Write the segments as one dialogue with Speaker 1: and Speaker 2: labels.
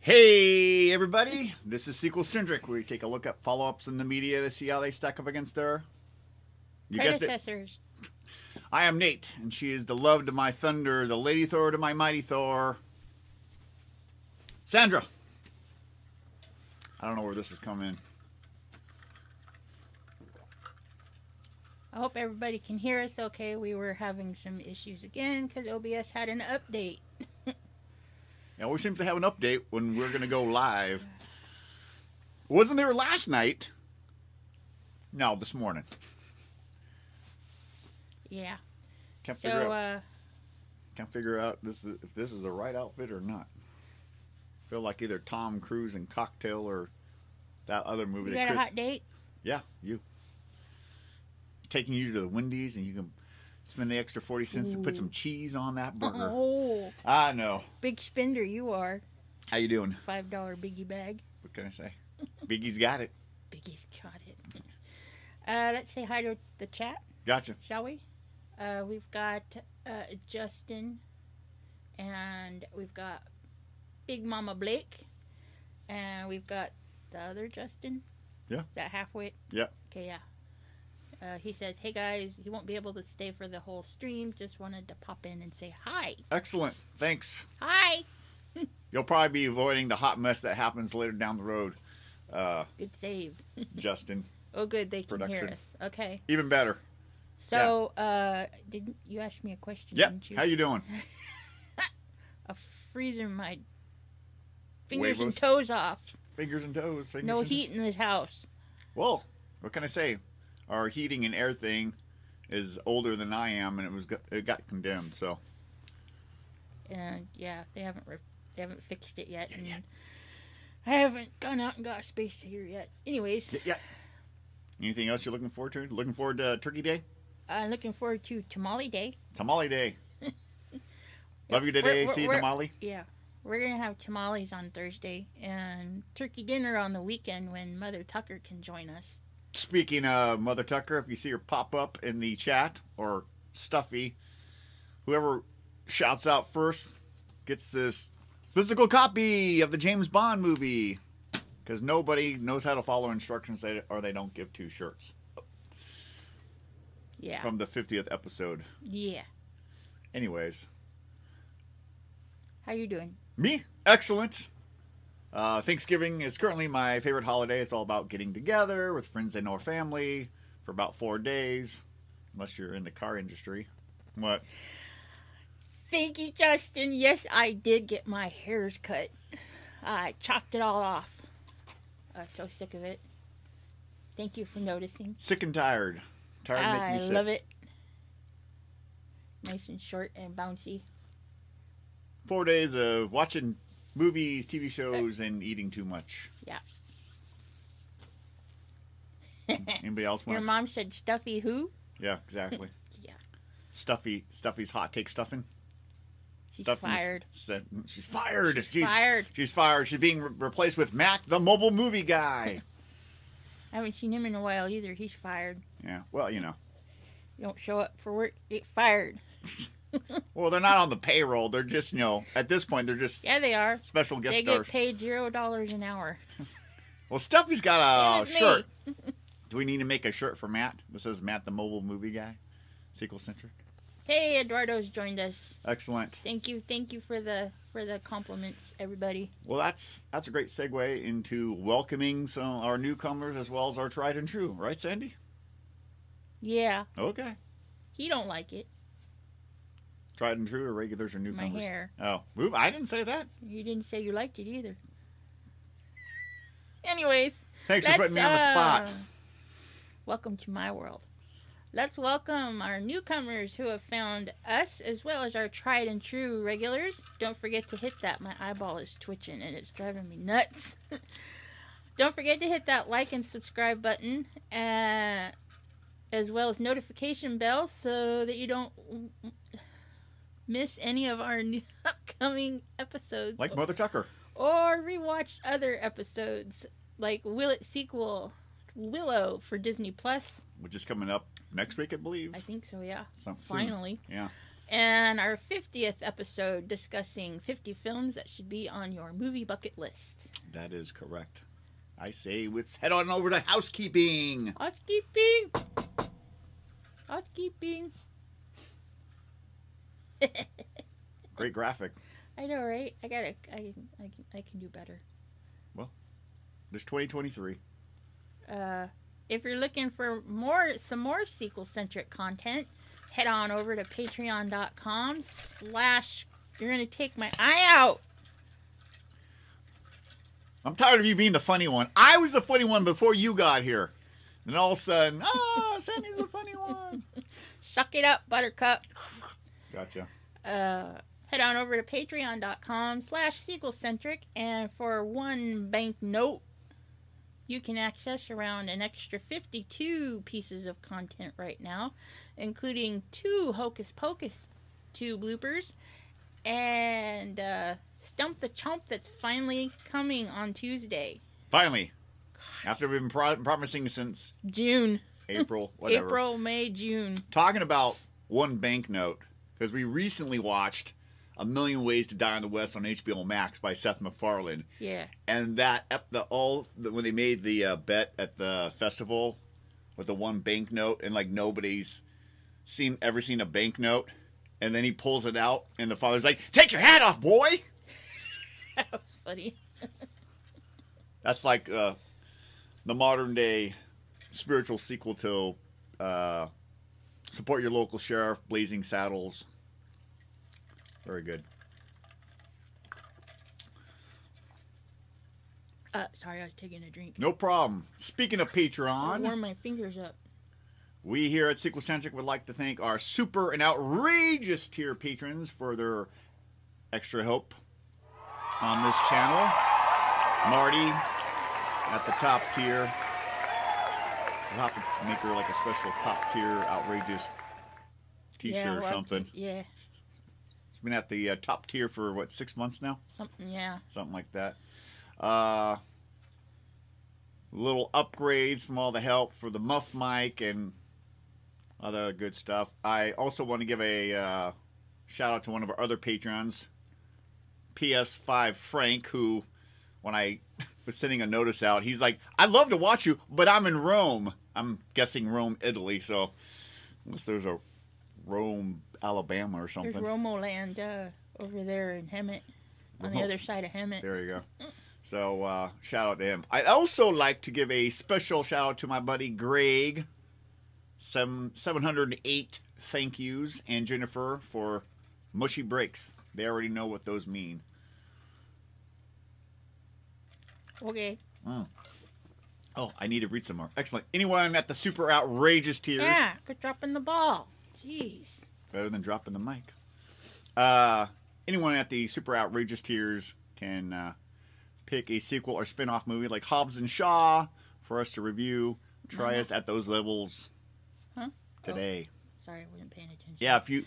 Speaker 1: Hey, everybody. This is Sequel Syndric, where we take a look at follow ups in the media to see how they stack up against their. You guessed it.
Speaker 2: predecessors.
Speaker 1: I am Nate, and she is the love to my thunder, the lady Thor to my mighty Thor. Sandra. I don't know where this is coming in.
Speaker 2: I hope everybody can hear us okay. We were having some issues again because OBS had an update.
Speaker 1: It always seems to have an update when we're going to go live. Wasn't there last night? No, this morning.
Speaker 2: Yeah.
Speaker 1: Can't
Speaker 2: So,
Speaker 1: figure out.
Speaker 2: uh,
Speaker 1: Can't figure out this is- if this is the right outfit or not. Feel like either Tom Cruise and Cocktail or that other movie.
Speaker 2: you
Speaker 1: that
Speaker 2: got a
Speaker 1: Chris-
Speaker 2: hot date?
Speaker 1: Yeah, you. Taking you to the Wendy's and you can spend the extra forty cents to put some cheese on that burger.
Speaker 2: Oh,
Speaker 1: I know.
Speaker 2: big spender you are.
Speaker 1: How you doing?
Speaker 2: $5 biggie bag.
Speaker 1: What can I say? Biggie's got it.
Speaker 2: Biggie's got it. Uh, let's say hi to the chat,
Speaker 1: Gotcha.
Speaker 2: shall we? Uh, we've got uh, Justin and we've got Big Mama Blake and we've got the other Justin.
Speaker 1: Yeah.
Speaker 2: That halfwit.
Speaker 1: Yep.
Speaker 2: Okay, yeah. Uh, he says, "Hey guys, he won't be able to stay for the whole stream. Just wanted to pop in and say hi.
Speaker 1: Excellent. Thanks.
Speaker 2: Hi.
Speaker 1: You'll probably be avoiding the hot mess that happens later down the road, uh,
Speaker 2: Good save.
Speaker 1: Justin.
Speaker 2: Oh, good. They can
Speaker 1: Production.
Speaker 2: hear us. Okay.
Speaker 1: Even better.
Speaker 2: So, uh, didn't you ask me a question?
Speaker 1: Yep.
Speaker 2: Didn't you?
Speaker 1: How you doing?
Speaker 2: a freezer my fingers
Speaker 1: Huevos.
Speaker 2: and toes off.
Speaker 1: Fingers and toes. Fingers
Speaker 2: No
Speaker 1: and
Speaker 2: heat in this house.
Speaker 1: Well, what can I say? Our heating and air thing is older than I am, and it was it got condemned. So
Speaker 2: And yeah, they haven't re- they haven't fixed it yet. And I haven't gone out and got a space heater yet. Anyways,
Speaker 1: yeah. Anything else you're looking forward to? Looking forward to Turkey Day,
Speaker 2: I'm looking forward to tamale day.
Speaker 1: Tamale Day. Love you
Speaker 2: We're-
Speaker 1: today.
Speaker 2: we're-
Speaker 1: See you
Speaker 2: we're-
Speaker 1: tamale.
Speaker 2: Yeah. We're going to have tamales on Thursday and turkey dinner on the weekend when Mother Tucker can join us.
Speaker 1: Speaking of Mother Tucker, if you see her pop up in the chat or Stuffy, whoever shouts out first gets this physical copy of the James Bond movie. Because nobody knows how to follow instructions, they, or they don't give two shirts.
Speaker 2: Yeah.
Speaker 1: from the 50th episode.
Speaker 2: yeah.
Speaker 1: Anyways,
Speaker 2: How you doing?
Speaker 1: me, excellent. Uh, Thanksgiving is currently my favorite holiday. It's all about getting together with friends and or family for about four days, unless you're in the car industry. What?
Speaker 2: Thank you, Justin. Yes, I did get my hairs cut. I chopped it all off. I was so sick of it. Thank you for noticing.
Speaker 1: Sick and tired. Tired of making
Speaker 2: I
Speaker 1: me sick.
Speaker 2: love it. Nice and short and bouncy.
Speaker 1: Four days of watching movies, TV shows, and eating too much.
Speaker 2: Yeah.
Speaker 1: Anybody else
Speaker 2: Your
Speaker 1: want?
Speaker 2: mom said, Stuffy who?
Speaker 1: yeah, exactly.
Speaker 2: Yeah.
Speaker 1: Stuffy, Stuffy's hot take stuffing.
Speaker 2: She's
Speaker 1: Stuffy's-
Speaker 2: fired.
Speaker 1: Stu- "Mm, She's fired. She's
Speaker 2: Fired.
Speaker 1: She's fired. She's being re- replaced with Mac, the mobile movie guy.
Speaker 2: I haven't seen him in a while either. He's fired.
Speaker 1: yeah. Well, you know.
Speaker 2: You don't show up for work, get fired.
Speaker 1: Well, they're not on the payroll. They're just, you know, at this point, they're just
Speaker 2: Yeah, they are.
Speaker 1: special guest
Speaker 2: they
Speaker 1: stars.
Speaker 2: get paid zero dollars an hour.
Speaker 1: Well, Stuffy's got a
Speaker 2: Same as me.
Speaker 1: shirt. Do we need to make a shirt for Matt? This says Matt, the mobile movie guy, sequel centric.
Speaker 2: Hey, Eduardo's joined us.
Speaker 1: Excellent.
Speaker 2: Thank you, thank you for the for the compliments, everybody.
Speaker 1: Well, that's that's a great segue into welcoming some our newcomers as well as our tried and true, right, Sandy?
Speaker 2: Yeah,
Speaker 1: Okay.
Speaker 2: he don't like it.
Speaker 1: Tried and true or regulars or
Speaker 2: My
Speaker 1: newcomers?
Speaker 2: hair.
Speaker 1: Oh, move! I didn't say that.
Speaker 2: You didn't say you liked it either. Anyways,
Speaker 1: Thanks for putting me on the
Speaker 2: uh,
Speaker 1: spot.
Speaker 2: welcome to my world. Let's welcome our newcomers who have found us as well as our tried and true regulars. Don't forget to hit that. My eyeball is twitching and it's driving me nuts. Don't forget to hit that like and subscribe button uh, as well as notification bell so that you don't miss any of our new upcoming episodes
Speaker 1: Like Mother Tucker.
Speaker 2: or rewatch other episodes like Will It sequel Willow for Disney Plus.
Speaker 1: which is coming up next week, I believe.
Speaker 2: I think so, yeah.
Speaker 1: Some- soon.
Speaker 2: Finally.
Speaker 1: Yeah.
Speaker 2: and our 50th episode discussing 50 films that should be on your movie bucket list.
Speaker 1: That is correct. I say let's head on over to housekeeping.
Speaker 2: Housekeeping! Housekeeping!
Speaker 1: Great graphic.
Speaker 2: I know, right? I gotta, I, can- I, can, I can do better.
Speaker 1: There's 2023.
Speaker 2: Uh, if you're looking for more, some more sequel-centric content, head on over to patreon.com slash, you're gonna take my eye out!
Speaker 1: I'm tired of you being the funny one. I was the funny one before you got here. And all of a sudden, ah, Sandy's the funny one.
Speaker 2: Suck it up, buttercup!
Speaker 1: Gotcha.
Speaker 2: uh, head on over to patreon.com slash sequelcentric and for one bank note you can access around an extra 52 pieces of content right now including two hocus pocus two bloopers and uh, stump the chump that's finally coming on tuesday
Speaker 1: Finally, after we've been pro- promising since
Speaker 2: june
Speaker 1: April, whatever.
Speaker 2: april may june
Speaker 1: Talking about one banknote, because we recently watched A Million Ways to Die in the West on HBO Max by Seth MacFarlane.
Speaker 2: yeah
Speaker 1: and that ep- the all the, when they made the uh, bet at the festival with the one banknote and like nobody's seen ever seen a banknote and then he pulls it out and the father's like take your hat off boy
Speaker 2: that was funny
Speaker 1: that's like uh, the modern day spiritual sequel to uh, support your local sheriff blazing saddles very good
Speaker 2: uh, sorry i was taking a drink
Speaker 1: no problem speaking of
Speaker 2: I
Speaker 1: patreon
Speaker 2: warm my fingers up
Speaker 1: We here at Sequel Centric would like to thank our super and outrageous tier patrons for their extra help on this channel. Marty at the top tier. We'll have to make her like a special top tier outrageous t shirt
Speaker 2: Yeah,
Speaker 1: or
Speaker 2: well,
Speaker 1: something.
Speaker 2: yeah
Speaker 1: She's been at the uh, top tier for what, six months now?
Speaker 2: something yeah
Speaker 1: something like that. Uh, little upgrades from all the help for the muff mic and other good stuff. I also want to give a uh, shout out to one of our other patrons, PS5 Frank, who when I was sending a notice out, he's like, "I'd love to watch you, but I'm in Rome. I'm guessing Rome, Italy. So unless there's a Rome, Alabama, or something."
Speaker 2: There's Romo Land uh, over there in Hemet, on the
Speaker 1: Romo-
Speaker 2: other side of Hemet.
Speaker 1: There you go. So uh, shout out to him. I'd also like to give a special shout out to my buddy Greg. Some 708 thank yous and Jennifer for mushy breaks. They already know what those mean.
Speaker 2: Okay.
Speaker 1: Oh, I need to read some more. Excellent. Anyone at the super outrageous tiers?
Speaker 2: Yeah, good dropping the ball. Jeez.
Speaker 1: better than dropping the mic. Uh, anyone at the super outrageous tiers can uh, pick a sequel or spin-off movie like Hobbs and Shaw for us to review. Try
Speaker 2: Mhm.
Speaker 1: us at those levels
Speaker 2: Huh? Oh.
Speaker 1: today.
Speaker 2: Sorry, I wasn't paying attention.
Speaker 1: Yeah, if you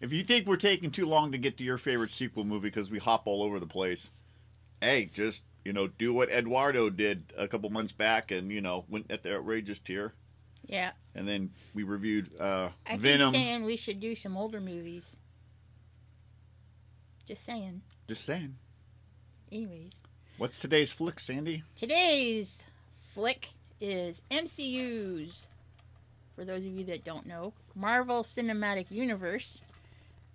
Speaker 1: if you think we're taking too long to get to your favorite sequel movie because we hop all over the place, hey, just you know do what Eduardo did a couple months back and you know went at the outrageous tier.
Speaker 2: Yeah.
Speaker 1: And then we reviewed uh,
Speaker 2: I
Speaker 1: Venom.
Speaker 2: keep saying we should do some older movies. Just saying.
Speaker 1: Just saying.
Speaker 2: Anyways,
Speaker 1: What's today's flick, Sandy?
Speaker 2: today's flick is MCU's. For those of you that don't know, Marvel Cinematic Universe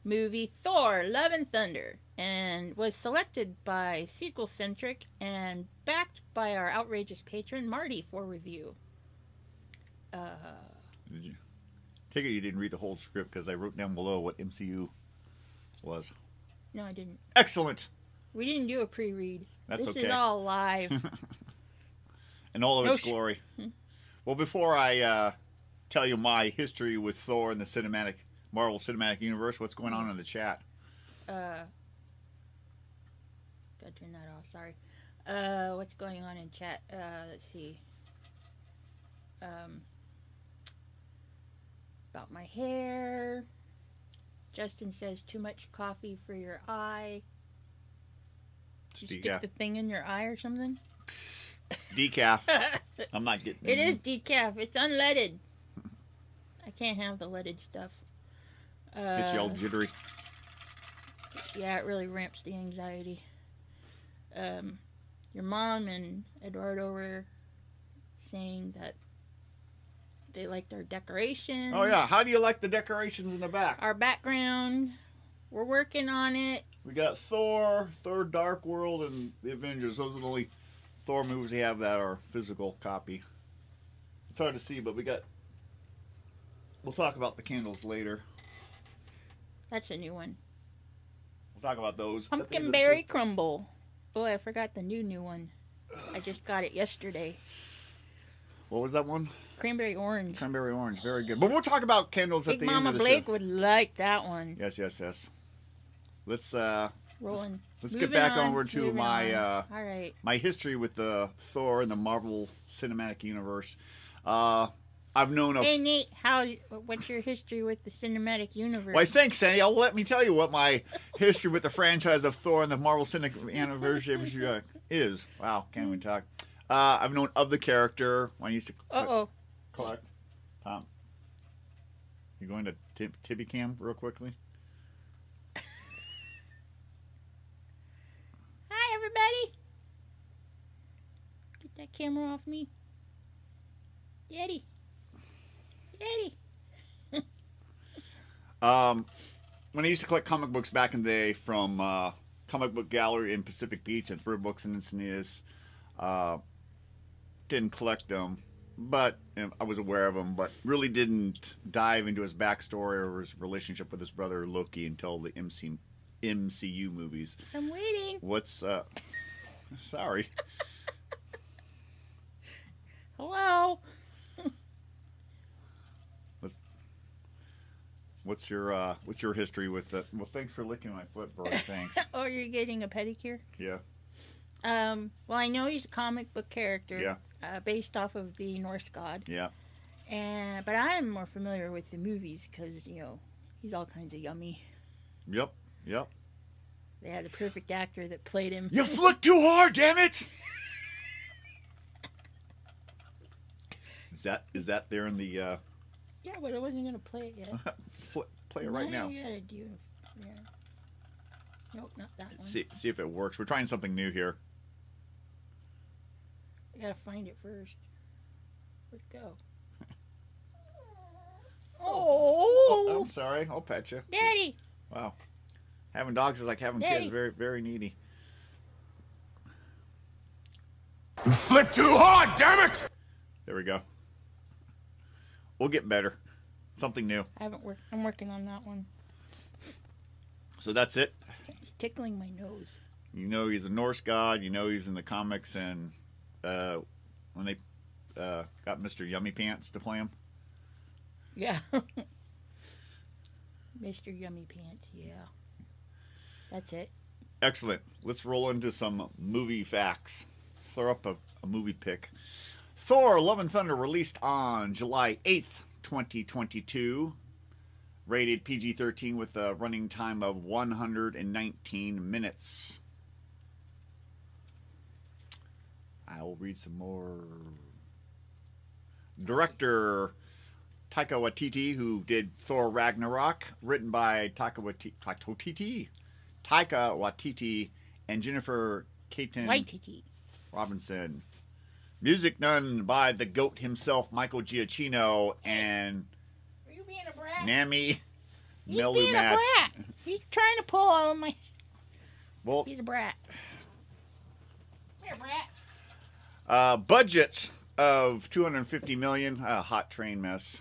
Speaker 2: movie Thor: Love and Thunder, and was selected by Sequel Centric and backed by our outrageous patron Marty for review. Uh,
Speaker 1: Did you? Take it you didn't read the whole script because I wrote down below what MCU was.
Speaker 2: no, I didn't.
Speaker 1: Excellent.
Speaker 2: We didn't do a pre-read.
Speaker 1: That's
Speaker 2: this
Speaker 1: okay.
Speaker 2: is all live.
Speaker 1: in all of
Speaker 2: No
Speaker 1: its
Speaker 2: sh- Hmm.
Speaker 1: glory. well, before I uh, tell you my history with Thor and the cinematic Marvel Cinematic Universe, what's going on in the chat?
Speaker 2: uh, gotta turn that off. Sorry. Uh, what's going on in chat? Uh, let's see. Um, about my hair. Justin says too much coffee for your eye. Did You
Speaker 1: Speak
Speaker 2: stick
Speaker 1: up.
Speaker 2: the thing in your eye or something.
Speaker 1: Decaf.
Speaker 2: it
Speaker 1: I'm not getting
Speaker 2: is decaf. It's unleaded. I can't have the leaded stuff. Uh,
Speaker 1: Gets you all jittery.
Speaker 2: yeah, it really ramps the anxiety. Um, your mom and Eduardo were saying that they liked our decorations.
Speaker 1: Oh yeah, how do you like the decorations in the back?
Speaker 2: Our background. We're working on it.
Speaker 1: We got Thor, Thor Dark World, and the Avengers. Those are the only Thor movies they have that are physical copy. It's hard to see, but we got. We'll talk about the candles later.
Speaker 2: That's a new one.
Speaker 1: We'll talk about those. at the end of
Speaker 2: Pumpkin
Speaker 1: the
Speaker 2: berry
Speaker 1: show.
Speaker 2: crumble. Oh, I forgot the new new one. I just got it yesterday.
Speaker 1: What was that one?
Speaker 2: Cranberry orange.
Speaker 1: Cranberry orange. Very good. But we'll talk about candles at
Speaker 2: Big
Speaker 1: the end
Speaker 2: Mama
Speaker 1: of the
Speaker 2: Blake
Speaker 1: show.
Speaker 2: would like that one.
Speaker 1: Yes, yes, yes. Let's uh
Speaker 2: Rolling.
Speaker 1: let's
Speaker 2: Moving
Speaker 1: get back
Speaker 2: on,
Speaker 1: over to
Speaker 2: moving
Speaker 1: my
Speaker 2: on.
Speaker 1: uh
Speaker 2: All right.
Speaker 1: my history with the Thor and the Marvel Cinematic Universe. Uh, I've known a.
Speaker 2: Hey Nate, how? What's your history with the cinematic universe?
Speaker 1: Why, thanks, Sandy. I'll let me tell you what my history with the franchise of Thor and the Marvel Cinematic Universe uh, is. Wow, can't even talk. Uh, I've known of the character when I used to
Speaker 2: Uh oh.
Speaker 1: collect. Tom, you going to tib- Tibby Cam real quickly?
Speaker 2: Hi everybody. Get that camera off me. Daddy. Daddy.
Speaker 1: Um, when I used to collect comic books back in the day from uh, Comic Book Gallery in Pacific Beach at Brew Books and Encinitas, uh, didn't collect them, but and I was aware of them, but really didn't dive into his backstory or his relationship with his brother Loki until the MC, MCU movies.
Speaker 2: I'm waiting.
Speaker 1: What's uh, sorry,
Speaker 2: Hello.
Speaker 1: what's your uh, what's your history with that? Well, thanks for licking my foot, bro. Thanks.
Speaker 2: Oh, you're getting a pedicure.
Speaker 1: Yeah,
Speaker 2: Um, well, I know he's a comic book character.
Speaker 1: Yeah.
Speaker 2: Uh, based off of the Norse god,
Speaker 1: yeah.
Speaker 2: and but I am more familiar with the movies because you know he's all kinds of yummy.
Speaker 1: Yep. Yep.
Speaker 2: They had the perfect actor that played him.
Speaker 1: You flick too hard, damn it! Is that is that there in the uh,
Speaker 2: Yeah, but I wasn't gonna play it yet.
Speaker 1: fl- play it right
Speaker 2: No,
Speaker 1: now?
Speaker 2: You gotta do. Yeah. Nope, not that one.
Speaker 1: See see if it works. We're trying something new here.
Speaker 2: I gotta find it first. Where'd it go?
Speaker 1: Oh,
Speaker 2: Oh,
Speaker 1: I'm sorry. I'll pet you.
Speaker 2: Daddy!
Speaker 1: Wow, having dogs is like having
Speaker 2: Daddy.
Speaker 1: kids. Very very needy.
Speaker 3: You flick too hard, damn it!
Speaker 1: There we go. We'll get better. Something new.
Speaker 2: I haven't worked. I'm working on that one.
Speaker 1: So that's it.
Speaker 2: He's tickling my nose.
Speaker 1: You know he's a Norse god. You know he's in the comics, and uh, when they uh, got Mister Yummy Pants to play him.
Speaker 2: Yeah. Mr. Yummy Pants. Yeah. That's it.
Speaker 1: Excellent. Let's roll into some movie facts. Throw up a, a movie pick. Thor Love and Thunder released on July 8th, 2022. Rated PG 13 with a running time of 119 minutes. I will read some more. Director Taika Waititi, who did Thor Ragnarok, written by Taika Waititi. Taika Waititi. Taika Waititi and Jennifer Caton
Speaker 2: Waititi.
Speaker 1: Robinson. Music done by the goat himself, Michael Giacchino, and
Speaker 2: Are you being a brat?
Speaker 1: Nami
Speaker 2: He's being
Speaker 1: Melumat.
Speaker 2: a brat. He's trying to pull all of my.
Speaker 1: Well,
Speaker 2: He's a brat. Come here, brat.
Speaker 1: uh, budgets of 250 million. A hot train mess.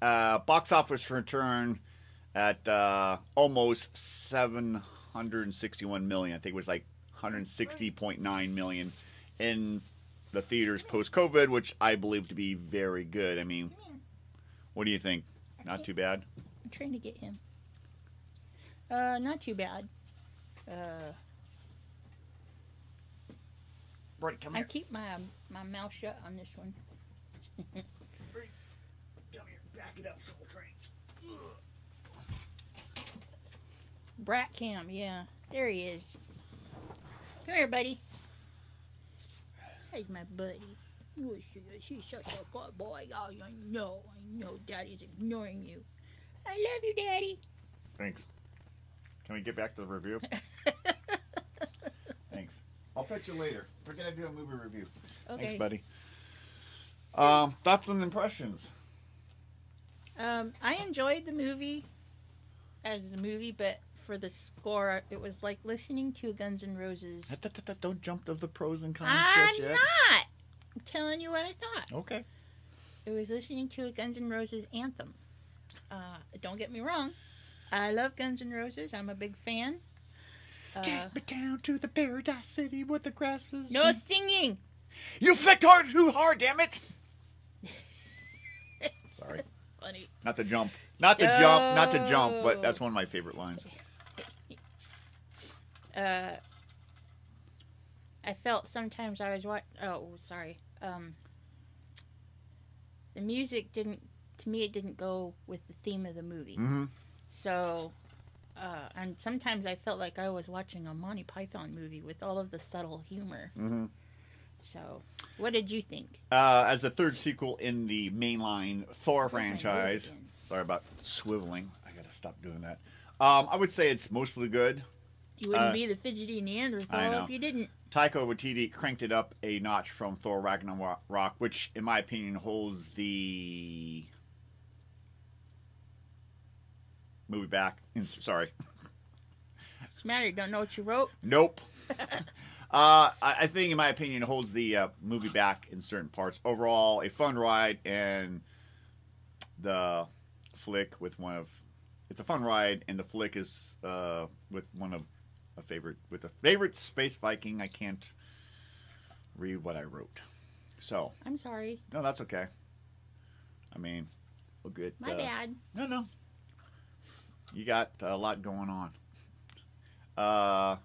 Speaker 1: Uh, box office return at uh, almost 761 million. I think it was like 160.9 million in the theaters post COVID, which I believe to be very good. I mean,
Speaker 2: Come here.
Speaker 1: what do you think? Not too bad.
Speaker 2: I'm trying to get him. Uh, not too bad. Uh,
Speaker 1: Brody, come
Speaker 2: I keep my my mouth shut on this one.
Speaker 1: Come here. Back it up, Soul Train.
Speaker 2: Brat Cam, yeah, there he is. Come here, buddy. He's my buddy. You are su- She's such a good boy. Oh, I know, I know. Daddy's ignoring you. I love you, Daddy.
Speaker 1: Thanks. Can we get back to the review? Thanks. I'll pitch you later. We're gonna do a movie review.
Speaker 2: Okay.
Speaker 1: Thanks, buddy. Um, thoughts and impressions.
Speaker 2: Um, I enjoyed the movie as the movie, but for the score, it was like listening to Guns N' Roses.
Speaker 1: Da- da- da- da- Don't jump to the pros and cons
Speaker 2: I'm
Speaker 1: just yet.
Speaker 2: not. I'm telling you what I thought.
Speaker 1: Okay.
Speaker 2: It was listening to a Guns N' Roses anthem. Uh, don't get me wrong. I love Guns N' Roses. I'm a big fan. Uh,
Speaker 1: Take me down to the paradise city with the grass is.
Speaker 2: no singing.
Speaker 1: You flicked hard too hard, damn it! Sorry.
Speaker 2: Funny.
Speaker 1: Not to jump. Not to jump. Not to jump, but that's
Speaker 2: No.
Speaker 1: one of my favorite lines.
Speaker 2: uh, I felt sometimes I was what? Oh, sorry. Um, the music didn't. To me, it didn't go with the theme of the movie.
Speaker 1: Mm-hmm.
Speaker 2: So, uh, and sometimes I felt like I was watching a Monty Python movie with all of the subtle humor.
Speaker 1: Mm-hmm.
Speaker 2: So, what did you think?
Speaker 1: Uh, as the third sequel in the mainline Thor
Speaker 2: my nose
Speaker 1: franchise.
Speaker 2: again.
Speaker 1: Sorry about swiveling. I gotta stop doing that. Um, I would say it's mostly good.
Speaker 2: You wouldn't
Speaker 1: Uh,
Speaker 2: be the fidgety
Speaker 1: I
Speaker 2: Neanderthal
Speaker 1: know.
Speaker 2: if you didn't.
Speaker 1: Taika Waititi cranked it up a notch from Thor Ragnarok, which, in my opinion, holds the movie back. Sorry,
Speaker 2: What's the matter? Don't know what you wrote?
Speaker 1: nope. uh, I, I think, in my opinion, holds the uh, movie back in certain parts. Overall, a fun ride, and the flick with one of it's a fun ride, and the flick is uh, with one of a favorite with a favorite space Viking. I can't read what I wrote, so.
Speaker 2: I'm sorry.
Speaker 1: No, that's okay. I mean, we'll get.
Speaker 2: My
Speaker 1: uh,
Speaker 2: bad.
Speaker 1: No, no. You got a lot going on. Uh,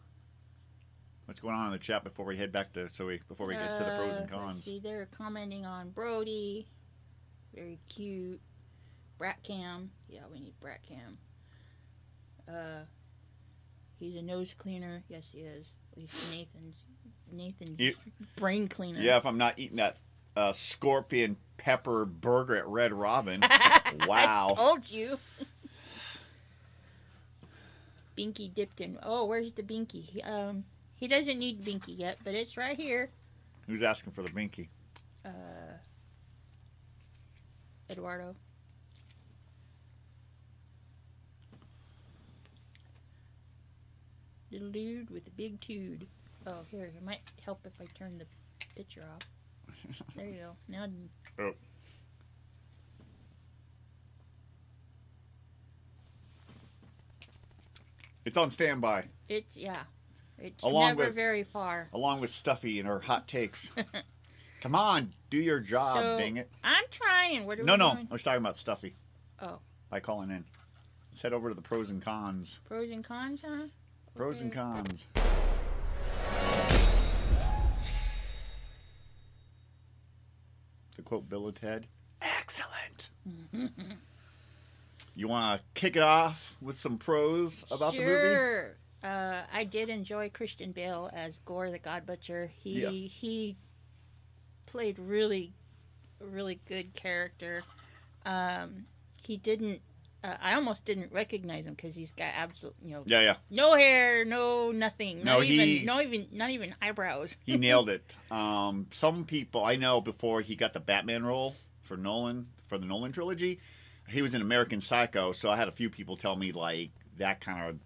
Speaker 1: what's going on in the chat before we head back to so we before we get to the pros
Speaker 2: Uh,
Speaker 1: and
Speaker 2: let's
Speaker 1: cons?
Speaker 2: See, they're commenting on Brody. Very cute. Brat cam. Yeah, we need Brat cam. Uh, he's a nose cleaner. Yes, he is. At least Nathan's Nathan's
Speaker 1: You-
Speaker 2: brain cleaner.
Speaker 1: Yeah, if I'm not eating that uh, scorpion pepper burger at Red Robin,
Speaker 2: I
Speaker 1: wow.
Speaker 2: told you. Binky dipped in. Oh, where's the Binky? He, um, he doesn't need Binky yet, but it's right here.
Speaker 1: Who's asking for the binky?
Speaker 2: uh, Eduardo. Little dude with a big tood. Oh, here, it might help if I turn the picture off. There you go. Now,
Speaker 1: Oh. It's on standby,
Speaker 2: it's, yeah. It's
Speaker 1: Along
Speaker 2: never
Speaker 1: with-
Speaker 2: very far.
Speaker 1: along with Stuffy and her hot takes. Come on, do your job,
Speaker 2: So-
Speaker 1: dang it.
Speaker 2: I'm trying. What are
Speaker 1: No,
Speaker 2: we
Speaker 1: no,
Speaker 2: doing?
Speaker 1: I was talking about Stuffy.
Speaker 2: Oh.
Speaker 1: By calling in. Let's head over to the pros and cons.
Speaker 2: Pros and cons, huh?
Speaker 1: Pros and
Speaker 2: Okay.
Speaker 1: cons. To quote Bill and Ted, excellent. you want to kick it off with some pros about the movie?
Speaker 2: sure. Uh, I did enjoy Christian Bale as Gore the God Butcher. He
Speaker 1: Yeah.
Speaker 2: he played really, really good character. Um, he didn't. Uh, I almost didn't recognize him because he's got absolute, you know,
Speaker 1: Yeah, yeah.
Speaker 2: no hair, no nothing,
Speaker 1: No,
Speaker 2: not
Speaker 1: he-
Speaker 2: even, no even, not even eyebrows.
Speaker 1: He nailed it. Um, some people I know before he got the Batman role for Nolan for the Nolan trilogy, he was in American Psycho. So I had a few people tell me like that kind of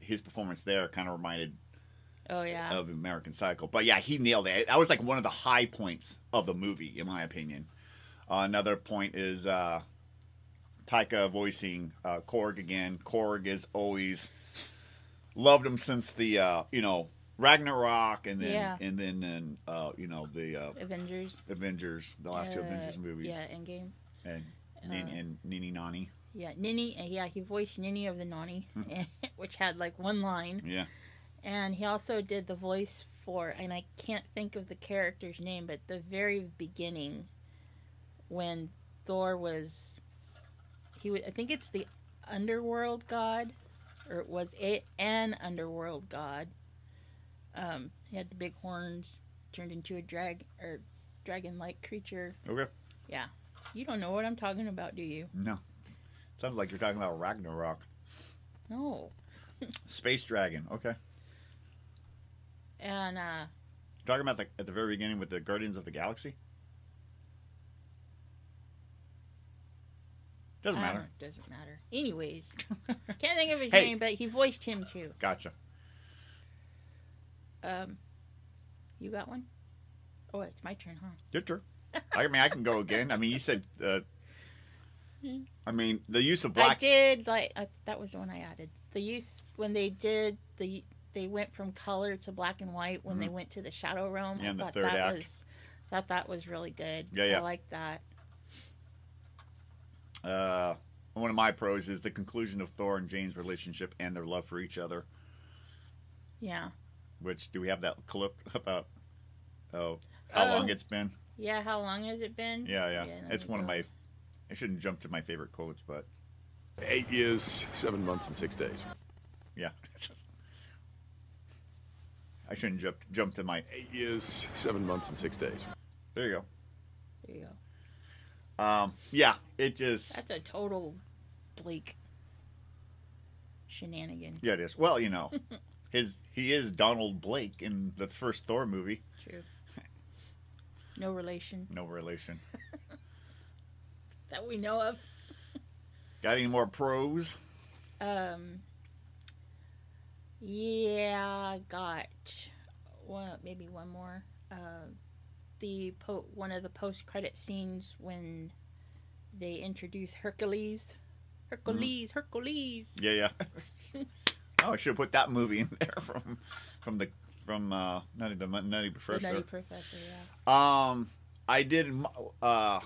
Speaker 1: his performance there kind of reminded
Speaker 2: Oh yeah,
Speaker 1: of American Psycho. But yeah, he nailed it. That was like one of the high points of the movie, in my opinion. Uh, another point is uh, Taika voicing uh, Korg again. Korg is always loved him since the uh, you know Ragnarok, and then
Speaker 2: Yeah.
Speaker 1: and then and, uh, you know the uh,
Speaker 2: Avengers.
Speaker 1: Avengers, the last two
Speaker 2: uh,
Speaker 1: Avengers movies,
Speaker 2: Yeah, Endgame.
Speaker 1: and Nin-
Speaker 2: Uh,
Speaker 1: and Nini Nani.
Speaker 2: Yeah, Ninny. uh, Yeah, he voiced Ninny of the Nani,
Speaker 1: Hmm.
Speaker 2: which had like one line.
Speaker 1: Yeah,
Speaker 2: and he also did the voice for and i can't think of the character's name but the very beginning when thor was he was i think it's the underworld god or it was a, an underworld god um he had the big horns turned into a drag or dragon like creature
Speaker 1: okay,
Speaker 2: you don't know what i'm talking about do you
Speaker 1: no, sounds like you're talking about Ragnarok.
Speaker 2: No.
Speaker 1: Space Dragon. Okay.
Speaker 2: And uh,
Speaker 1: Talking about the, at the very beginning with the Guardians of the Galaxy. Doesn't
Speaker 2: I
Speaker 1: matter.
Speaker 2: don't- Doesn't matter. Anyways, can't think of his
Speaker 1: Hey.
Speaker 2: name, but he voiced him too.
Speaker 1: Gotcha.
Speaker 2: Um, you got one? Oh, it's my turn, huh?
Speaker 1: Your turn. I mean, I can go again. I mean, you said. Uh,
Speaker 2: Hmm.
Speaker 1: I mean, the use of
Speaker 2: I
Speaker 1: black.
Speaker 2: did like I, that was the one I added. The use when they did the they went from color to black and white when they went to the shadow realm.
Speaker 1: Yeah,
Speaker 2: I
Speaker 1: in Mm-hmm. the
Speaker 2: thought
Speaker 1: third
Speaker 2: that
Speaker 1: act.
Speaker 2: was thought that was really good.
Speaker 1: Yeah, yeah.
Speaker 2: I like that.
Speaker 1: Uh, one of my pros is the conclusion of Thor and Jane's relationship and their love for each other.
Speaker 2: Yeah.
Speaker 1: Which do we have that clip about? Oh, how
Speaker 2: Oh.
Speaker 1: long it's been?
Speaker 2: Yeah, how long has it been?
Speaker 1: Yeah, yeah.
Speaker 2: let
Speaker 1: it's
Speaker 2: me
Speaker 1: one of
Speaker 2: go.
Speaker 1: my. I shouldn't jump to my favorite quotes, but
Speaker 3: Eight years, seven months, and six days.
Speaker 1: yeah. I shouldn't jump jump to my.
Speaker 3: Eight years, seven months, and six days.
Speaker 1: There you
Speaker 2: There you go.
Speaker 1: go. Um, yeah, it just.
Speaker 2: That's a total bleak shenanigan.
Speaker 1: Yeah, it is. Well, you know, his he is Donald Blake in the first Thor movie.
Speaker 2: True. No relation
Speaker 1: No relation.
Speaker 2: that we know of.
Speaker 1: Got any more pros?
Speaker 2: Um. Yeah, I got one, maybe one more. Uh, the po- one of the post credit scenes when they introduce Hercules, Hercules, Hercules.
Speaker 1: Yeah, yeah. oh, I should have put that movie in there from from the from uh, Nutty the Mon- Nutty
Speaker 2: The
Speaker 1: Professor.
Speaker 2: Nutty Professor. Yeah.
Speaker 1: Um, I did. m- Uh,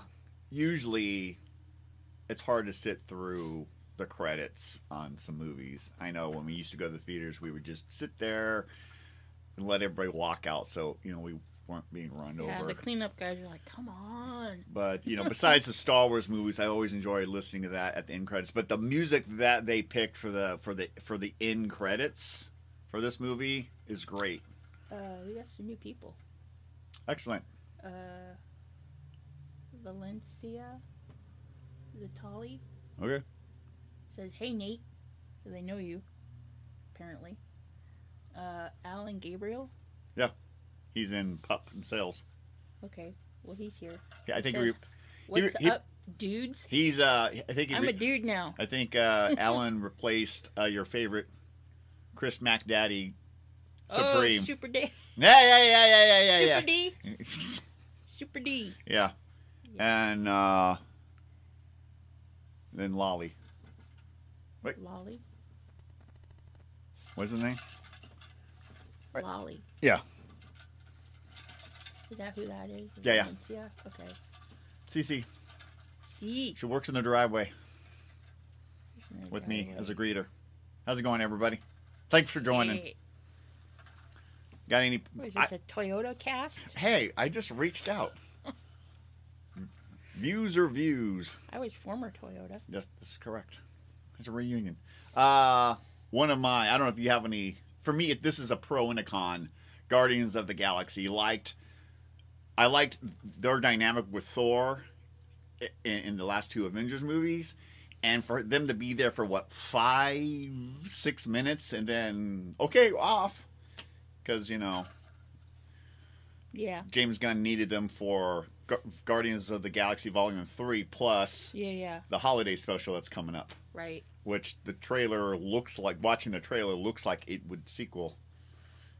Speaker 1: usually, it's hard to sit through the credits on some movies. I know when we used to go to the theaters, we would just sit there and let everybody walk out, so you know we weren't being run
Speaker 2: Yeah.
Speaker 1: over.
Speaker 2: The cleanup guys are like, "Come on."
Speaker 1: But you know, besides the Star Wars movies, I always enjoy listening to that at the end credits. But the music that they picked for the for the for the end credits for this movie is great.
Speaker 2: Uh, we got some new people.
Speaker 1: Excellent.
Speaker 2: Uh, Valencia Vitali
Speaker 1: Okay.
Speaker 2: says, "Hey Nate," so they know you, apparently. Uh, Alan Gabriel.
Speaker 1: He's in Pup and Sales.
Speaker 2: Okay, well he's here.
Speaker 1: Yeah, I think
Speaker 2: Says,
Speaker 1: we
Speaker 2: What's
Speaker 1: he-
Speaker 2: up, dudes?
Speaker 1: He's uh I think he
Speaker 2: I'm a
Speaker 1: re-
Speaker 2: dude now.
Speaker 1: I think uh Alan replaced uh, your favorite Chris MacDaddy Supreme.
Speaker 2: Oh, Super D.
Speaker 1: yeah, yeah, yeah, yeah, yeah, yeah,
Speaker 2: Super D.
Speaker 1: yeah.
Speaker 2: Super D.
Speaker 1: yeah. And uh then Lolly.
Speaker 2: Lolly.
Speaker 1: What's the name? Right.
Speaker 2: Lolly.
Speaker 1: uh, Yeah.
Speaker 2: Is that who that is? Is
Speaker 1: Yeah, yeah.
Speaker 2: Valencia? Okay.
Speaker 1: Cece.
Speaker 2: See.
Speaker 1: She works in the driveway with me as a greeter. How's it going everybody? Thanks for joining.
Speaker 2: Hey,
Speaker 1: Got any
Speaker 2: what is
Speaker 1: I-
Speaker 2: this, a Toyota cast?
Speaker 1: Hey, I just reached out. views are views.
Speaker 2: I was former Toyota.
Speaker 1: Yes, this is correct. It's a reunion. Uh, one of my, I don't know if you have any, for me, if this is a pro and a con. Guardians of the Galaxy liked, I liked their dynamic with Thor i- in, in the last two Avengers movies. And for them to be there for what, five, six minutes and then, okay, off. Because, you know,
Speaker 2: Yeah.
Speaker 1: James Gunn needed them for Gu- Guardians of the Galaxy Volume 3 plus
Speaker 2: Yeah, yeah.
Speaker 1: the holiday special that's coming up
Speaker 2: Right.
Speaker 1: which the trailer looks like watching the trailer looks like it would sequel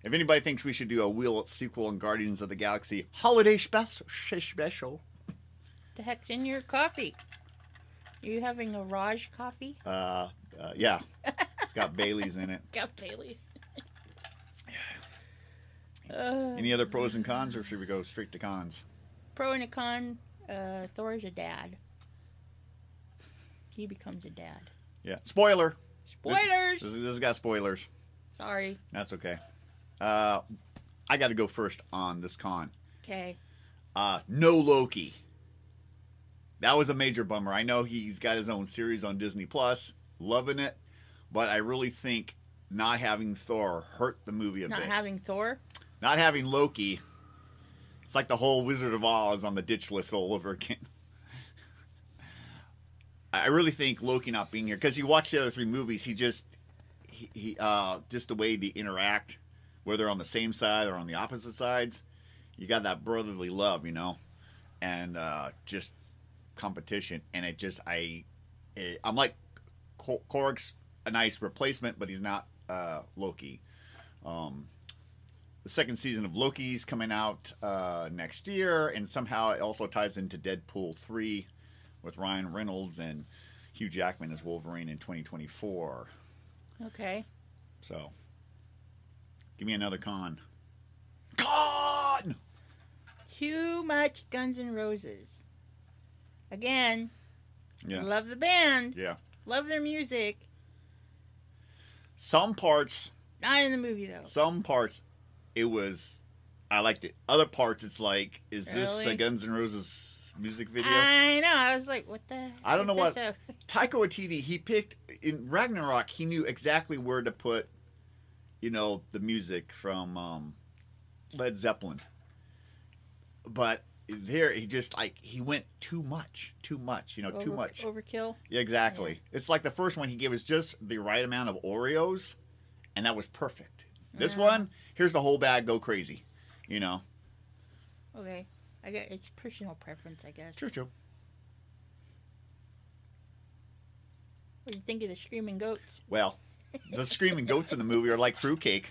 Speaker 1: if anybody thinks we should do a wheel sequel on guardians of the galaxy holiday special special
Speaker 2: The heck's in your coffee? you having a Raj coffee?
Speaker 1: uh, uh yeah it's got baileys in it
Speaker 2: Got Bailey's. Uh,
Speaker 1: any other pros and cons or should we go straight to cons
Speaker 2: pro and a con. Uh, Thor's a dad. He becomes a dad.
Speaker 1: yeah spoiler
Speaker 2: Spoilers.
Speaker 1: this, this has got spoilers
Speaker 2: Sorry.
Speaker 1: that's okay uh i gotta go first on this con
Speaker 2: Okay.
Speaker 1: Uh, no Loki. That was a major bummer. I know he's got his own series on Disney Plus, loving it, but I really think not having Thor hurt the movie a
Speaker 2: Not
Speaker 1: bit.
Speaker 2: having Thor.
Speaker 1: not having Loki, it's like the whole Wizard of Oz on the ditch list all over again. I I really think Loki not being here because you watch the other three movies, he just he, he uh, just the way they interact, whether on the same side or on the opposite sides, you got that brotherly love, you know, and uh, just competition. And it just I, it, I'm like Cor- Korg's a nice replacement, but he's not uh, Loki. Um, the second season of Loki's coming out uh, next year, and somehow it also ties into Deadpool three with Ryan Reynolds and Hugh Jackman as Wolverine in 2024.
Speaker 2: Okay.
Speaker 1: So, give me another con. Con.
Speaker 2: Too much Guns N' Roses. Again,
Speaker 1: Yeah.
Speaker 2: love the band,
Speaker 1: Yeah.
Speaker 2: love their music.
Speaker 1: Some parts,
Speaker 2: Not in the movie though.
Speaker 1: some parts, it was. I liked it. Other parts, it's like, is this a
Speaker 2: Really?
Speaker 1: Guns N' Roses music video?
Speaker 2: I know. I was like, what the?
Speaker 1: I don't know
Speaker 2: what's
Speaker 1: what-
Speaker 2: that show?
Speaker 1: Taika Waititi, he picked in Ragnarok. He knew exactly where to put, you know, the music from um, Led Zeppelin. But there, he just like he went too much, too much, you know, too
Speaker 2: Over-
Speaker 1: much.
Speaker 2: Overkill.
Speaker 1: Yeah, exactly. It's like the first one he gave us just the right amount of Oreos, and that was perfect. This
Speaker 2: Yeah.
Speaker 1: one, here's the whole bag, go crazy, you know.
Speaker 2: Okay. I got it's personal preference, I guess.
Speaker 1: True, true.
Speaker 2: What do you think of the screaming goats?
Speaker 1: Well, the screaming goats in the movie are like fruitcake.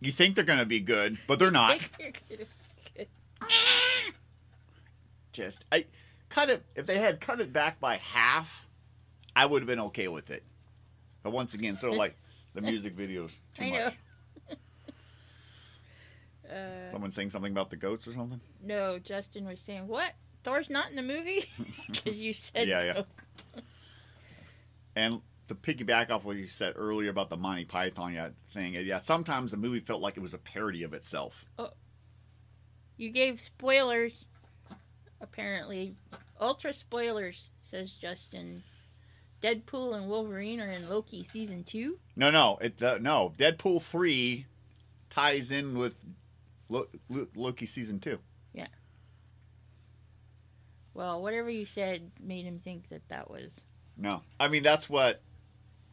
Speaker 1: You think they're gonna be good, but they're not. Just I cut it. If they had cut it back by half, I would have been okay with it. But once again, sort of like the music videos, too
Speaker 2: I know.
Speaker 1: much.
Speaker 2: uh,
Speaker 1: Someone saying something about the goats or something.
Speaker 2: no, Justin was saying what? Thor's not in the movie because you said
Speaker 1: Yeah, yeah.
Speaker 2: no.
Speaker 1: And to piggyback off what you said earlier about the Monty Python yeah, thing, yeah, sometimes the movie felt like it was a parody of itself.
Speaker 2: You gave spoilers. Apparently, ultra spoilers says Justin. Deadpool and Wolverine are in Loki season two.
Speaker 1: No, no, it uh, no. Deadpool three ties in with Lo- Lo- Loki season two.
Speaker 2: Well, whatever you said made him think that that was
Speaker 1: No, I mean that's what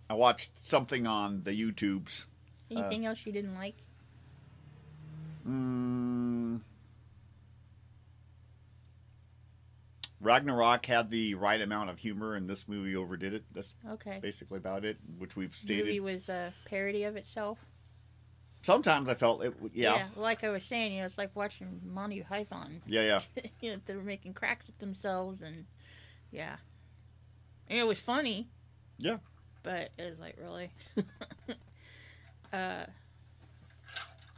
Speaker 1: I watched something on the YouTubes.
Speaker 2: anything else you didn't like.
Speaker 1: Mm. Ragnarok had the right amount of humor, and this movie overdid it. That's
Speaker 2: Okay.
Speaker 1: basically about it, which we've
Speaker 2: The movie
Speaker 1: stated.
Speaker 2: was a parody of itself.
Speaker 1: Sometimes I felt it. w- Yeah,
Speaker 2: Like I was saying, you know, it's like watching Monty Python.
Speaker 1: yeah, yeah.
Speaker 2: you know, they were making cracks at themselves, and yeah, and it was funny.
Speaker 1: Yeah.
Speaker 2: But it was like really. uh,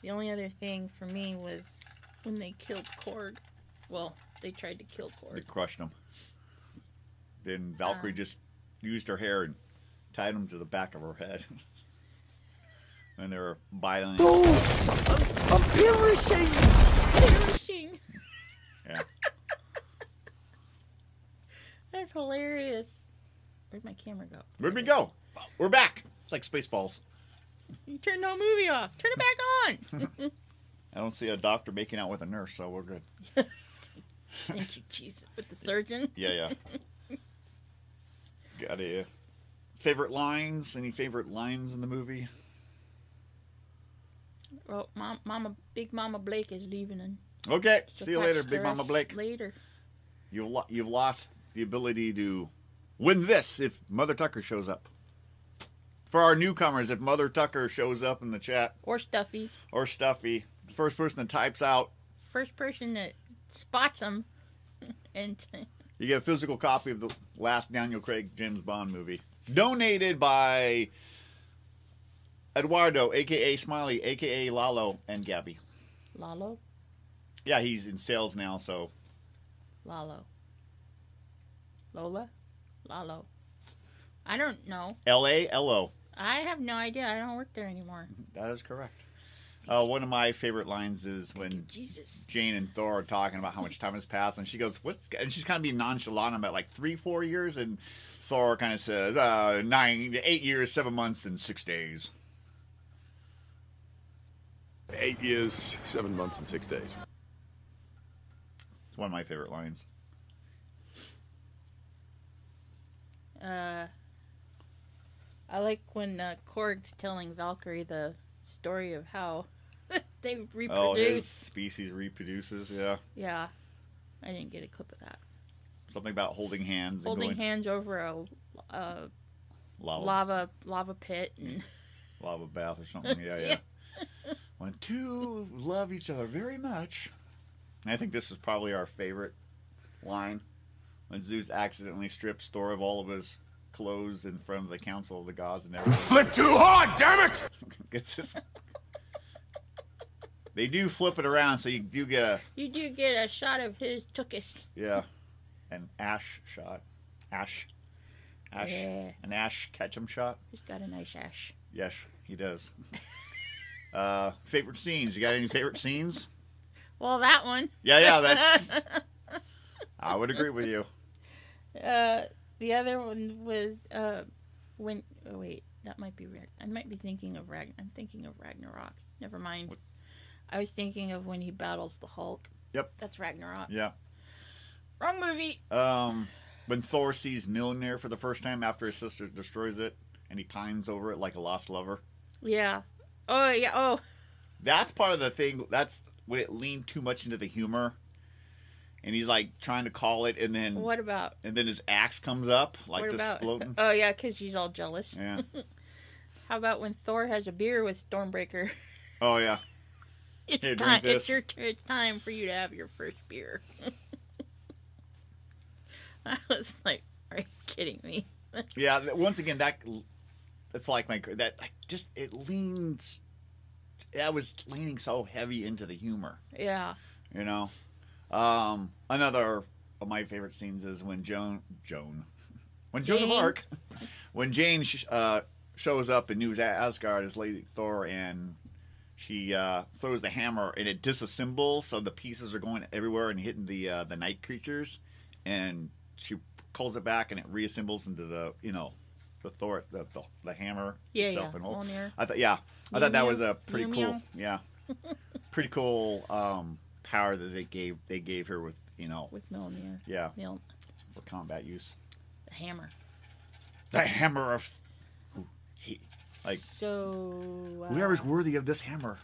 Speaker 2: the only other thing for me was when they killed Korg. Well, they tried to kill
Speaker 1: They
Speaker 2: Korg.
Speaker 1: crushed him. Then Valkyrie
Speaker 2: Um.
Speaker 1: just used her hair and tied him to the back of her head. and they were violent.
Speaker 2: Perishing.
Speaker 1: Yeah.
Speaker 2: That's hilarious. Where'd my camera go?
Speaker 1: Where'd we go? We're back. It's like Spaceballs.
Speaker 2: You turned the whole movie off. Turn it back on.
Speaker 1: I don't see a doctor making out with a nurse, so we're good.
Speaker 2: Thank you, Jesus. With the surgeon.
Speaker 1: Yeah, yeah. Got it. Favorite lines? Any favorite lines in the movie?
Speaker 2: Well, Oh, mom, Mama, Big Mama Blake is leaving, and
Speaker 1: Okay.
Speaker 2: she'll
Speaker 1: see you
Speaker 2: catch
Speaker 1: later,
Speaker 2: the
Speaker 1: Big Mama
Speaker 2: rest
Speaker 1: Blake.
Speaker 2: Later.
Speaker 1: You've lo- you've lost the ability to win this if Mother Tucker shows up. For our newcomers, if Mother Tucker shows up in the chat
Speaker 2: Or Stuffy.
Speaker 1: or Stuffy, the first person that types out,
Speaker 2: First person that spots him, and t-
Speaker 1: you get a physical copy of the last Daniel Craig James Bond movie, donated by Eduardo, aka Smiley, aka Lalo, and Gabby.
Speaker 2: Lalo,
Speaker 1: Yeah, he's in sales now, so
Speaker 2: Lalo, Lola, Lalo. I don't know.
Speaker 1: L A L O.
Speaker 2: I have no idea. I don't work there anymore.
Speaker 1: That is correct. Uh, one of my favorite lines is when
Speaker 2: Jesus.
Speaker 1: Jane and Thor are talking about how much time has passed, and she goes, "What's?" And she's kind of being nonchalant about like three, four years, and Thor kind of says, uh, nine, eight years, seven months, and six days."
Speaker 3: Eight years, seven months, and six days.
Speaker 1: It's one of my favorite lines.
Speaker 2: Uh, I like when uh, Korg's telling Valkyrie the story of how they reproduce.
Speaker 1: Oh, his species reproduces. Yeah,
Speaker 2: Yeah, I didn't get a clip of that.
Speaker 1: something about holding hands
Speaker 2: Holding
Speaker 1: and going Oh.
Speaker 2: hands over a, a
Speaker 1: lava,
Speaker 2: lava lava pit
Speaker 1: Mm.
Speaker 2: and
Speaker 1: lava bath or something. Yeah, yeah.
Speaker 2: Yeah.
Speaker 1: when two love each other very much, and I think this is probably our favorite line when Zeus accidentally strips Thor of all of his clothes in front of the council of the gods and everyone
Speaker 3: Flip too hard, damn it!
Speaker 1: gets his. they do flip it around, so you do get a
Speaker 2: you do get a shot of his tuchus.
Speaker 1: yeah, an ash shot, ash, ash,
Speaker 2: Yeah.
Speaker 1: an ash Ketchum shot.
Speaker 2: He's got a nice ash.
Speaker 1: Yes, he does. uh, favorite scenes? You got any favorite scenes?
Speaker 2: Well, that one.
Speaker 1: Yeah, yeah, that's. I would agree with you.
Speaker 2: Uh, the other one was uh, when. Oh wait, that might be. Rag- I might be thinking of Ragn. I'm thinking of Ragnarok. Never mind.
Speaker 1: What?
Speaker 2: I was thinking of when he battles the Hulk.
Speaker 1: Yep.
Speaker 2: That's Ragnarok.
Speaker 1: Yeah.
Speaker 2: Wrong movie.
Speaker 1: Um, when Thor sees Mjolnir for the first time after his sister destroys it, and he pines over it like a lost lover.
Speaker 2: Yeah. Oh yeah. Oh
Speaker 1: That's part of the thing. That's when it leaned too much into the humor, and he's like trying to call it, and then
Speaker 2: What about
Speaker 1: and then his axe comes up like
Speaker 2: what
Speaker 1: Mm. just
Speaker 2: about?
Speaker 1: floating.
Speaker 2: Oh yeah, 'cause she's all jealous.
Speaker 1: yeah.
Speaker 2: How about when Thor has a beer with Stormbreaker?
Speaker 1: Oh yeah.
Speaker 2: It's
Speaker 1: Here, drink
Speaker 2: time.
Speaker 1: this.
Speaker 2: It's your t- it's time for you to have your first beer. I was like, are you kidding me?
Speaker 1: Yeah, th- once again, that that's like my that I just it leans. That was leaning so heavy into the humor,
Speaker 2: Yeah.
Speaker 1: you know. Um, another of my favorite scenes is when Joan Joan, when Joan of
Speaker 2: Jane.
Speaker 1: Arc, when Jane sh- uh, shows up in New Asgard as Lady Thor, and she uh, throws the hammer and it disassembles, so the pieces are going everywhere and hitting the uh, the night creatures, and she pulls it back and it reassembles into the you know the Thor the the, the hammer
Speaker 2: Yeah,
Speaker 1: itself
Speaker 2: yeah.
Speaker 1: and all.
Speaker 2: Mjolnir.
Speaker 1: I thought yeah, I
Speaker 2: Meow,
Speaker 1: thought that
Speaker 2: meow.
Speaker 1: was a pretty
Speaker 2: Meow,
Speaker 1: cool
Speaker 2: meow.
Speaker 1: yeah, pretty cool um, power that they gave they gave her with you know
Speaker 2: With Mjolnir.
Speaker 1: yeah
Speaker 2: Mjolnir.
Speaker 1: for combat use
Speaker 2: The hammer.
Speaker 1: the hammer of he like
Speaker 2: So. Uh,
Speaker 1: whoever's worthy of this hammer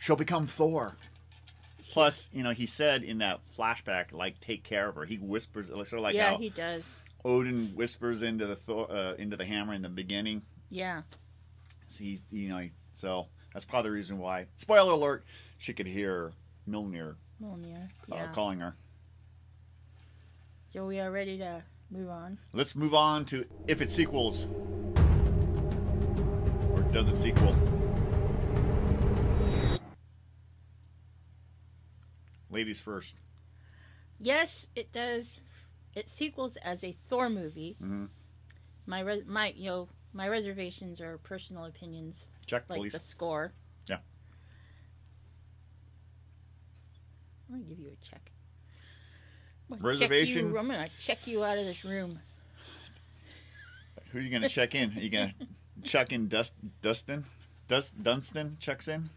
Speaker 1: shall become Thor. Plus, you know, he said in that flashback, like, take care of her. He whispers, so like
Speaker 2: yeah,
Speaker 1: how
Speaker 2: he does.
Speaker 1: Odin whispers into the Thor, uh, into the hammer in the beginning.
Speaker 2: Yeah.
Speaker 1: So He, you know, he- so that's probably the reason why. Spoiler alert: she could hear Milner
Speaker 2: Mjolnir.
Speaker 1: uh,
Speaker 2: Yeah.
Speaker 1: calling her.
Speaker 2: so we are ready to move on.
Speaker 1: Let's move on to if it sequels or does it sequel. Ladies first.
Speaker 2: Yes, it does. It sequels as a Thor movie.
Speaker 1: Mhm.
Speaker 2: My res- my you know my reservations are personal opinions
Speaker 1: Check,
Speaker 2: like
Speaker 1: please.
Speaker 2: the score.
Speaker 1: Yeah.
Speaker 2: I'm gonna give you a check. I'm gonna check you-
Speaker 1: Reservation?
Speaker 2: I'm gonna check you out of this room.
Speaker 1: Who are you gonna check in? Are you gonna check in Dust Dustin? Dust Dunstan checks in?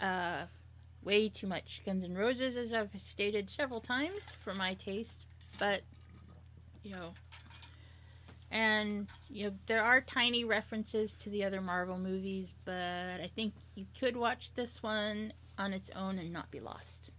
Speaker 2: Uh, way too much Guns N' Roses, as I've stated several times, for my taste. But you know, and you know, there are tiny references to the other Marvel movies, but I think you could watch this one on its own and not be lost.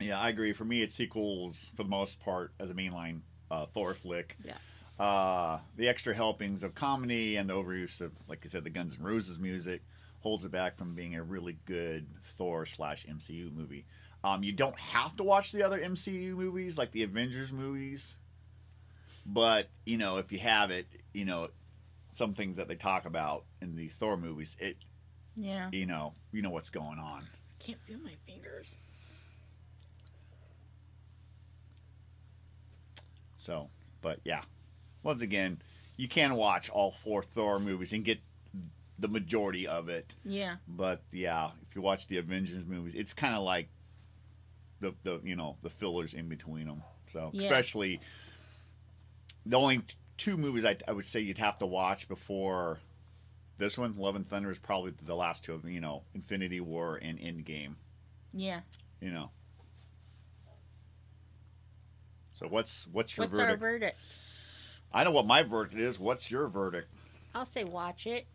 Speaker 1: Yeah, I agree. For me it sequels for the most part as a mainline uh, Thor flick.
Speaker 2: Yeah.
Speaker 1: Uh, the extra helpings of comedy and the overuse of, like you said, the Guns N' Roses music holds it back from being a really good Thor slash MCU movie. Um, you don't have to watch the other MCU movies, like the Avengers movies, but you know if you have it, you know some things that they talk about in the Thor movies, it
Speaker 2: Yeah.
Speaker 1: you know you know what's going on.
Speaker 2: Can't feel my fingers.
Speaker 1: So, but yeah, once again, you can watch all four Thor movies and get the majority of it.
Speaker 2: Yeah.
Speaker 1: But yeah, if you watch the Avengers movies, it's kind of like the the you know the fillers in between them. So
Speaker 2: Yeah.
Speaker 1: especially the only t- two movies I, I would say you'd have to watch before this one, Love and Thunder, is probably the last two of 'em, you know Infinity War and Endgame.
Speaker 2: Yeah.
Speaker 1: You know. So what's what's your
Speaker 2: What's our
Speaker 1: verdict?
Speaker 2: verdict?
Speaker 1: I know what my verdict is. What's your verdict?
Speaker 2: I'll say watch it.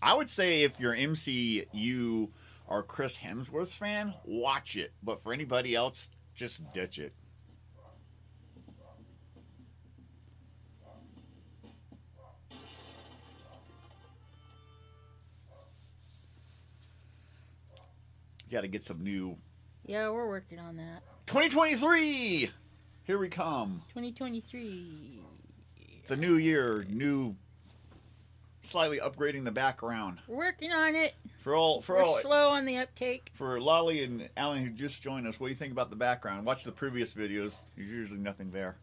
Speaker 1: I would say if you're MCU or Chris Hemsworth's fan, watch it. But for anybody else, just ditch it. You got to get some new
Speaker 2: Yeah, we're working on that.
Speaker 1: 2023. Here we come.
Speaker 2: 2023.
Speaker 1: It's a new year, new slightly upgrading the background.
Speaker 2: We're working on it.
Speaker 1: For all for all
Speaker 2: We're slow on the uptake.
Speaker 1: for Lolly and Alan who just joined us, what do you think about the background? Watch the previous videos. There's usually nothing there.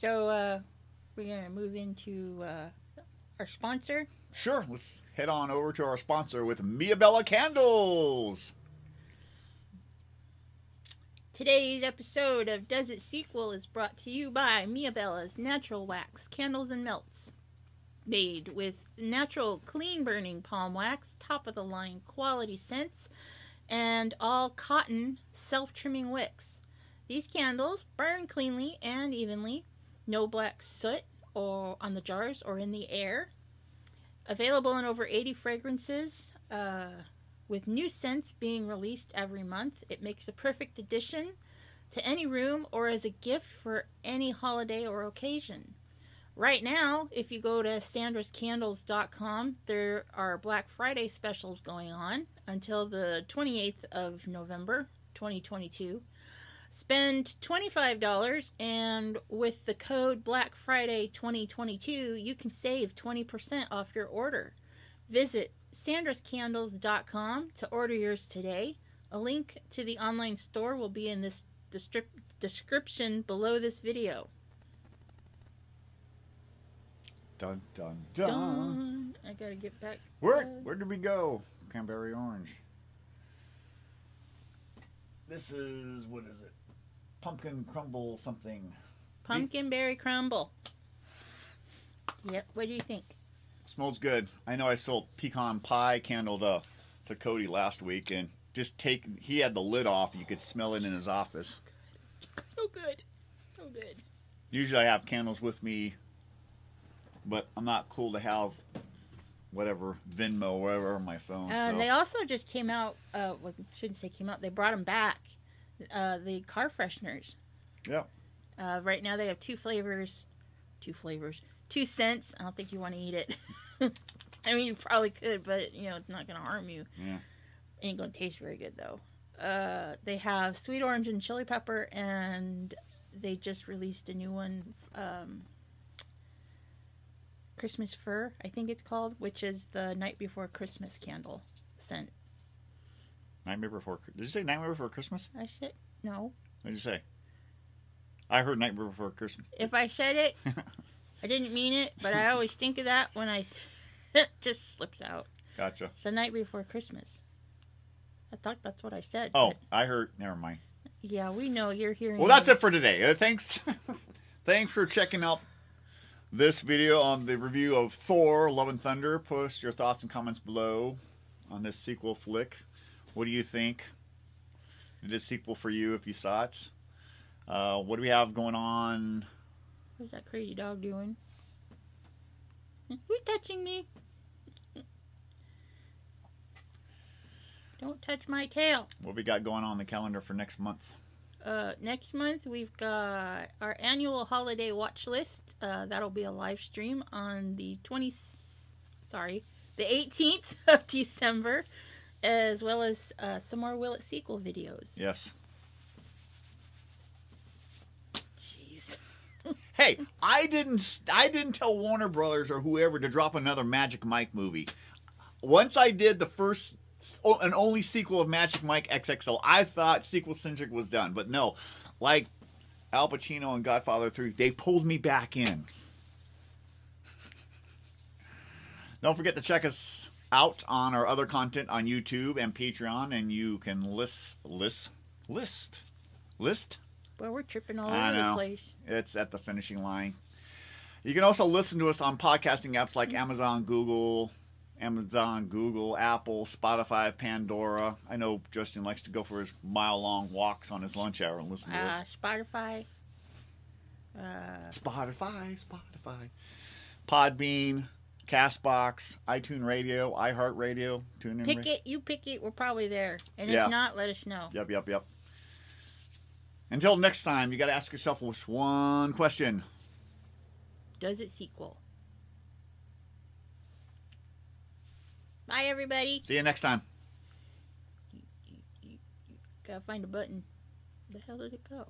Speaker 2: So uh, we're gonna move into uh, our sponsor.
Speaker 1: Sure, let's head on over to our sponsor with Miabella Candles.
Speaker 2: Today's episode of Does It Sequel is brought to you by Miabella's Natural Wax Candles and Melts. Made with natural, clean burning palm wax, top of the line quality scents, and all cotton self trimming wicks. These candles burn cleanly and evenly, no black soot or on the jars or in the air. Available in over 80 fragrances. Uh, with new scents being released every month, it makes a perfect addition to any room or as a gift for any holiday or occasion. Right now, if you go to sandrascandles.com, there are Black Friday specials going on until the 28th of November 2022. Spend $25 and with the code Black Friday 2022, you can save 20% off your order. Visit sandrascandles.com to order yours today. A link to the online store will be in this descrip description below this video.
Speaker 1: Dun dun dun.
Speaker 2: Dun. I gotta get back.
Speaker 1: Where where did we go? Cranberry orange. This is what is it? Pumpkin crumble something.
Speaker 2: Pumpkin berry crumble. Yep. What do you think?
Speaker 1: Smells good. I know I sold pecan pie candle to, to Cody last week and just take he had the lid off, you could smell it in his office.
Speaker 2: So good. So good.
Speaker 1: Usually I have candles with me, but I'm not cool to have whatever Venmo, wherever on my phone.
Speaker 2: Um,
Speaker 1: so.
Speaker 2: They also just came out. Uh, well, shouldn't say came out. They brought them back. Uh, the car fresheners.
Speaker 1: yeah.
Speaker 2: Uh, right now they have two flavors, two flavors, two cents. I don't think you want to eat it. I mean, you probably could, but you know, it's not gonna harm you.
Speaker 1: Yeah.
Speaker 2: Ain't gonna taste very good though. Uh, they have sweet orange and chili pepper, and they just released a new one, um, Christmas fir, I think it's called, which is the night before Christmas candle scent.
Speaker 1: Nightmare Before Did you say Nightmare Before Christmas?
Speaker 2: I said no.
Speaker 1: What did you say? I heard Nightmare Before Christmas.
Speaker 2: if I said it, I didn't mean it, but I always think of that when I s- it just slips out.
Speaker 1: Gotcha.
Speaker 2: It's the night before Christmas. I thought that's what I said.
Speaker 1: Oh,
Speaker 2: but-
Speaker 1: I heard. Never mind.
Speaker 2: yeah, we know you're hearing.
Speaker 1: Well, that's
Speaker 2: this.
Speaker 1: it for today. Uh, thanks, thanks for checking out this video on the review of Thor: Love and Thunder. Post your thoughts and comments below on this sequel flick. What do you think? Did it sequel for you if you saw it? Uh, what do we have going on?
Speaker 2: What's that crazy dog doing? Who's touching me? Don't touch my tail.
Speaker 1: What we got going on the calendar for next month?
Speaker 2: Uh, next month we've got our annual holiday watch list. Uh, that'll be a live stream on the 20 sorry, the 18th of December as well as uh, some more Will It sequel videos.
Speaker 1: Yes.
Speaker 2: Jeez.
Speaker 1: Hey, I didn't I didn't tell Warner Brothers or whoever to drop another Magic Mike movie. Once I did the first o- and only sequel of Magic Mike XXL, I thought sequel centric was done, but no. Like Al Pacino and Godfather 3, they pulled me back in. Don't forget to check us out on our other content on YouTube and Patreon and you can list list list list
Speaker 2: Well, we're tripping all
Speaker 1: I
Speaker 2: over
Speaker 1: know.
Speaker 2: the place.
Speaker 1: it's at the finishing line. You can also listen to us on podcasting apps like Amazon, Google, Amazon, Google, Apple, Spotify, Pandora. I know Justin likes to go for his mile long walks on his lunch hour and listen to
Speaker 2: Uh,
Speaker 1: us.
Speaker 2: Spotify. Uh,
Speaker 1: Spotify, Spotify, Podbean, Castbox, iTunes Radio, iHeartRadio, TuneIn.
Speaker 2: pick
Speaker 1: Radio.
Speaker 2: it. You pick it. We're probably there. And
Speaker 1: Yeah.
Speaker 2: if not, let us know.
Speaker 1: Yep, yep, yep. Until next time, you got to ask yourself just one question.
Speaker 2: Does it sequel? Bye, everybody.
Speaker 1: See you next time.
Speaker 2: Gotta find a button. The hell did it go?